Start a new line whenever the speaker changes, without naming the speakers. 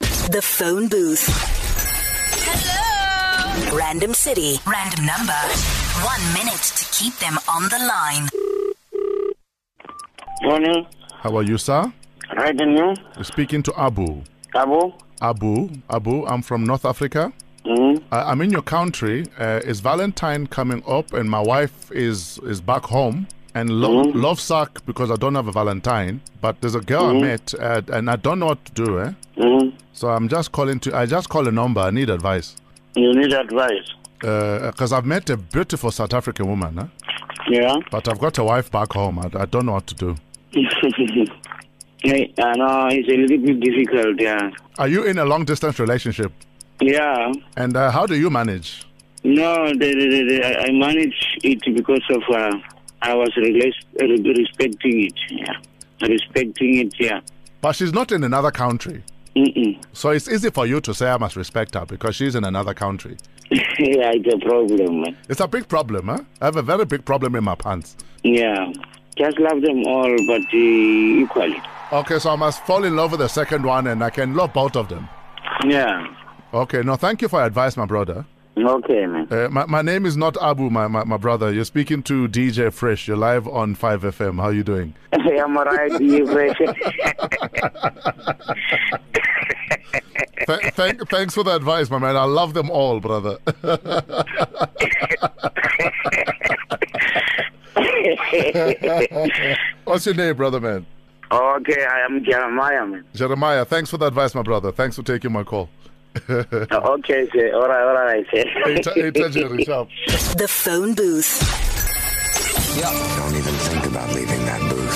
The phone booth. Hello. Random city, random number. One minute to keep them on the line.
Morning.
How are you, sir?
Right in you.
Speaking to Abu.
Abu.
Abu, Abu, I'm from North Africa.
Mm-hmm.
I, I'm in your country. Uh, it's Valentine coming up, and my wife is is back home. And lo- love suck because I don't have a Valentine. But there's a girl I met, uh, and I don't know what to do. Eh?
Mm-hmm.
So I'm just calling to. I just call a number. I need advice
You need advice.
because I've met a beautiful South African woman, eh?
Yeah.
but I've got a wife back home. I, I don't know what to do.
yeah. I know it's a little bit difficult. Yeah.
Are you in a long distance relationship?
Yeah.
And uh, how do you manage?
No, the, the, the, the, I I managed it because of uh, I was relas- re- respecting it. Yeah. Respecting it. Yeah.
But she's not in another country.
Mm-mm.
So it's easy for you to say I must respect her because she's in another country.
yeah, it's a problem, man.
It's a big problem, huh? I have a very big problem in my pants.
Yeah. Just love them all, but uh, equally.
Okay, so I must fall in love with the second one and I can love both of them.
Yeah.
Okay, no, thank you for your advice, my brother.
Okay, man.
Uh, my, my name is not Abu, my, my, my brother. You're speaking to DJ Fresh. You're live on 5FM. How you doing?
I'm alright. You
Th- thank, thanks for the advice, my man. I love them all, brother. What's your name, brother, man?
Okay, I am Jeremiah, man.
Jeremiah, thanks for the advice, my brother. Thanks for taking my call.
Okay, sir. All right, all right, sir.
Eta- Eta Jerry, ciao.
The phone booth.
Don't even think about leaving that booth.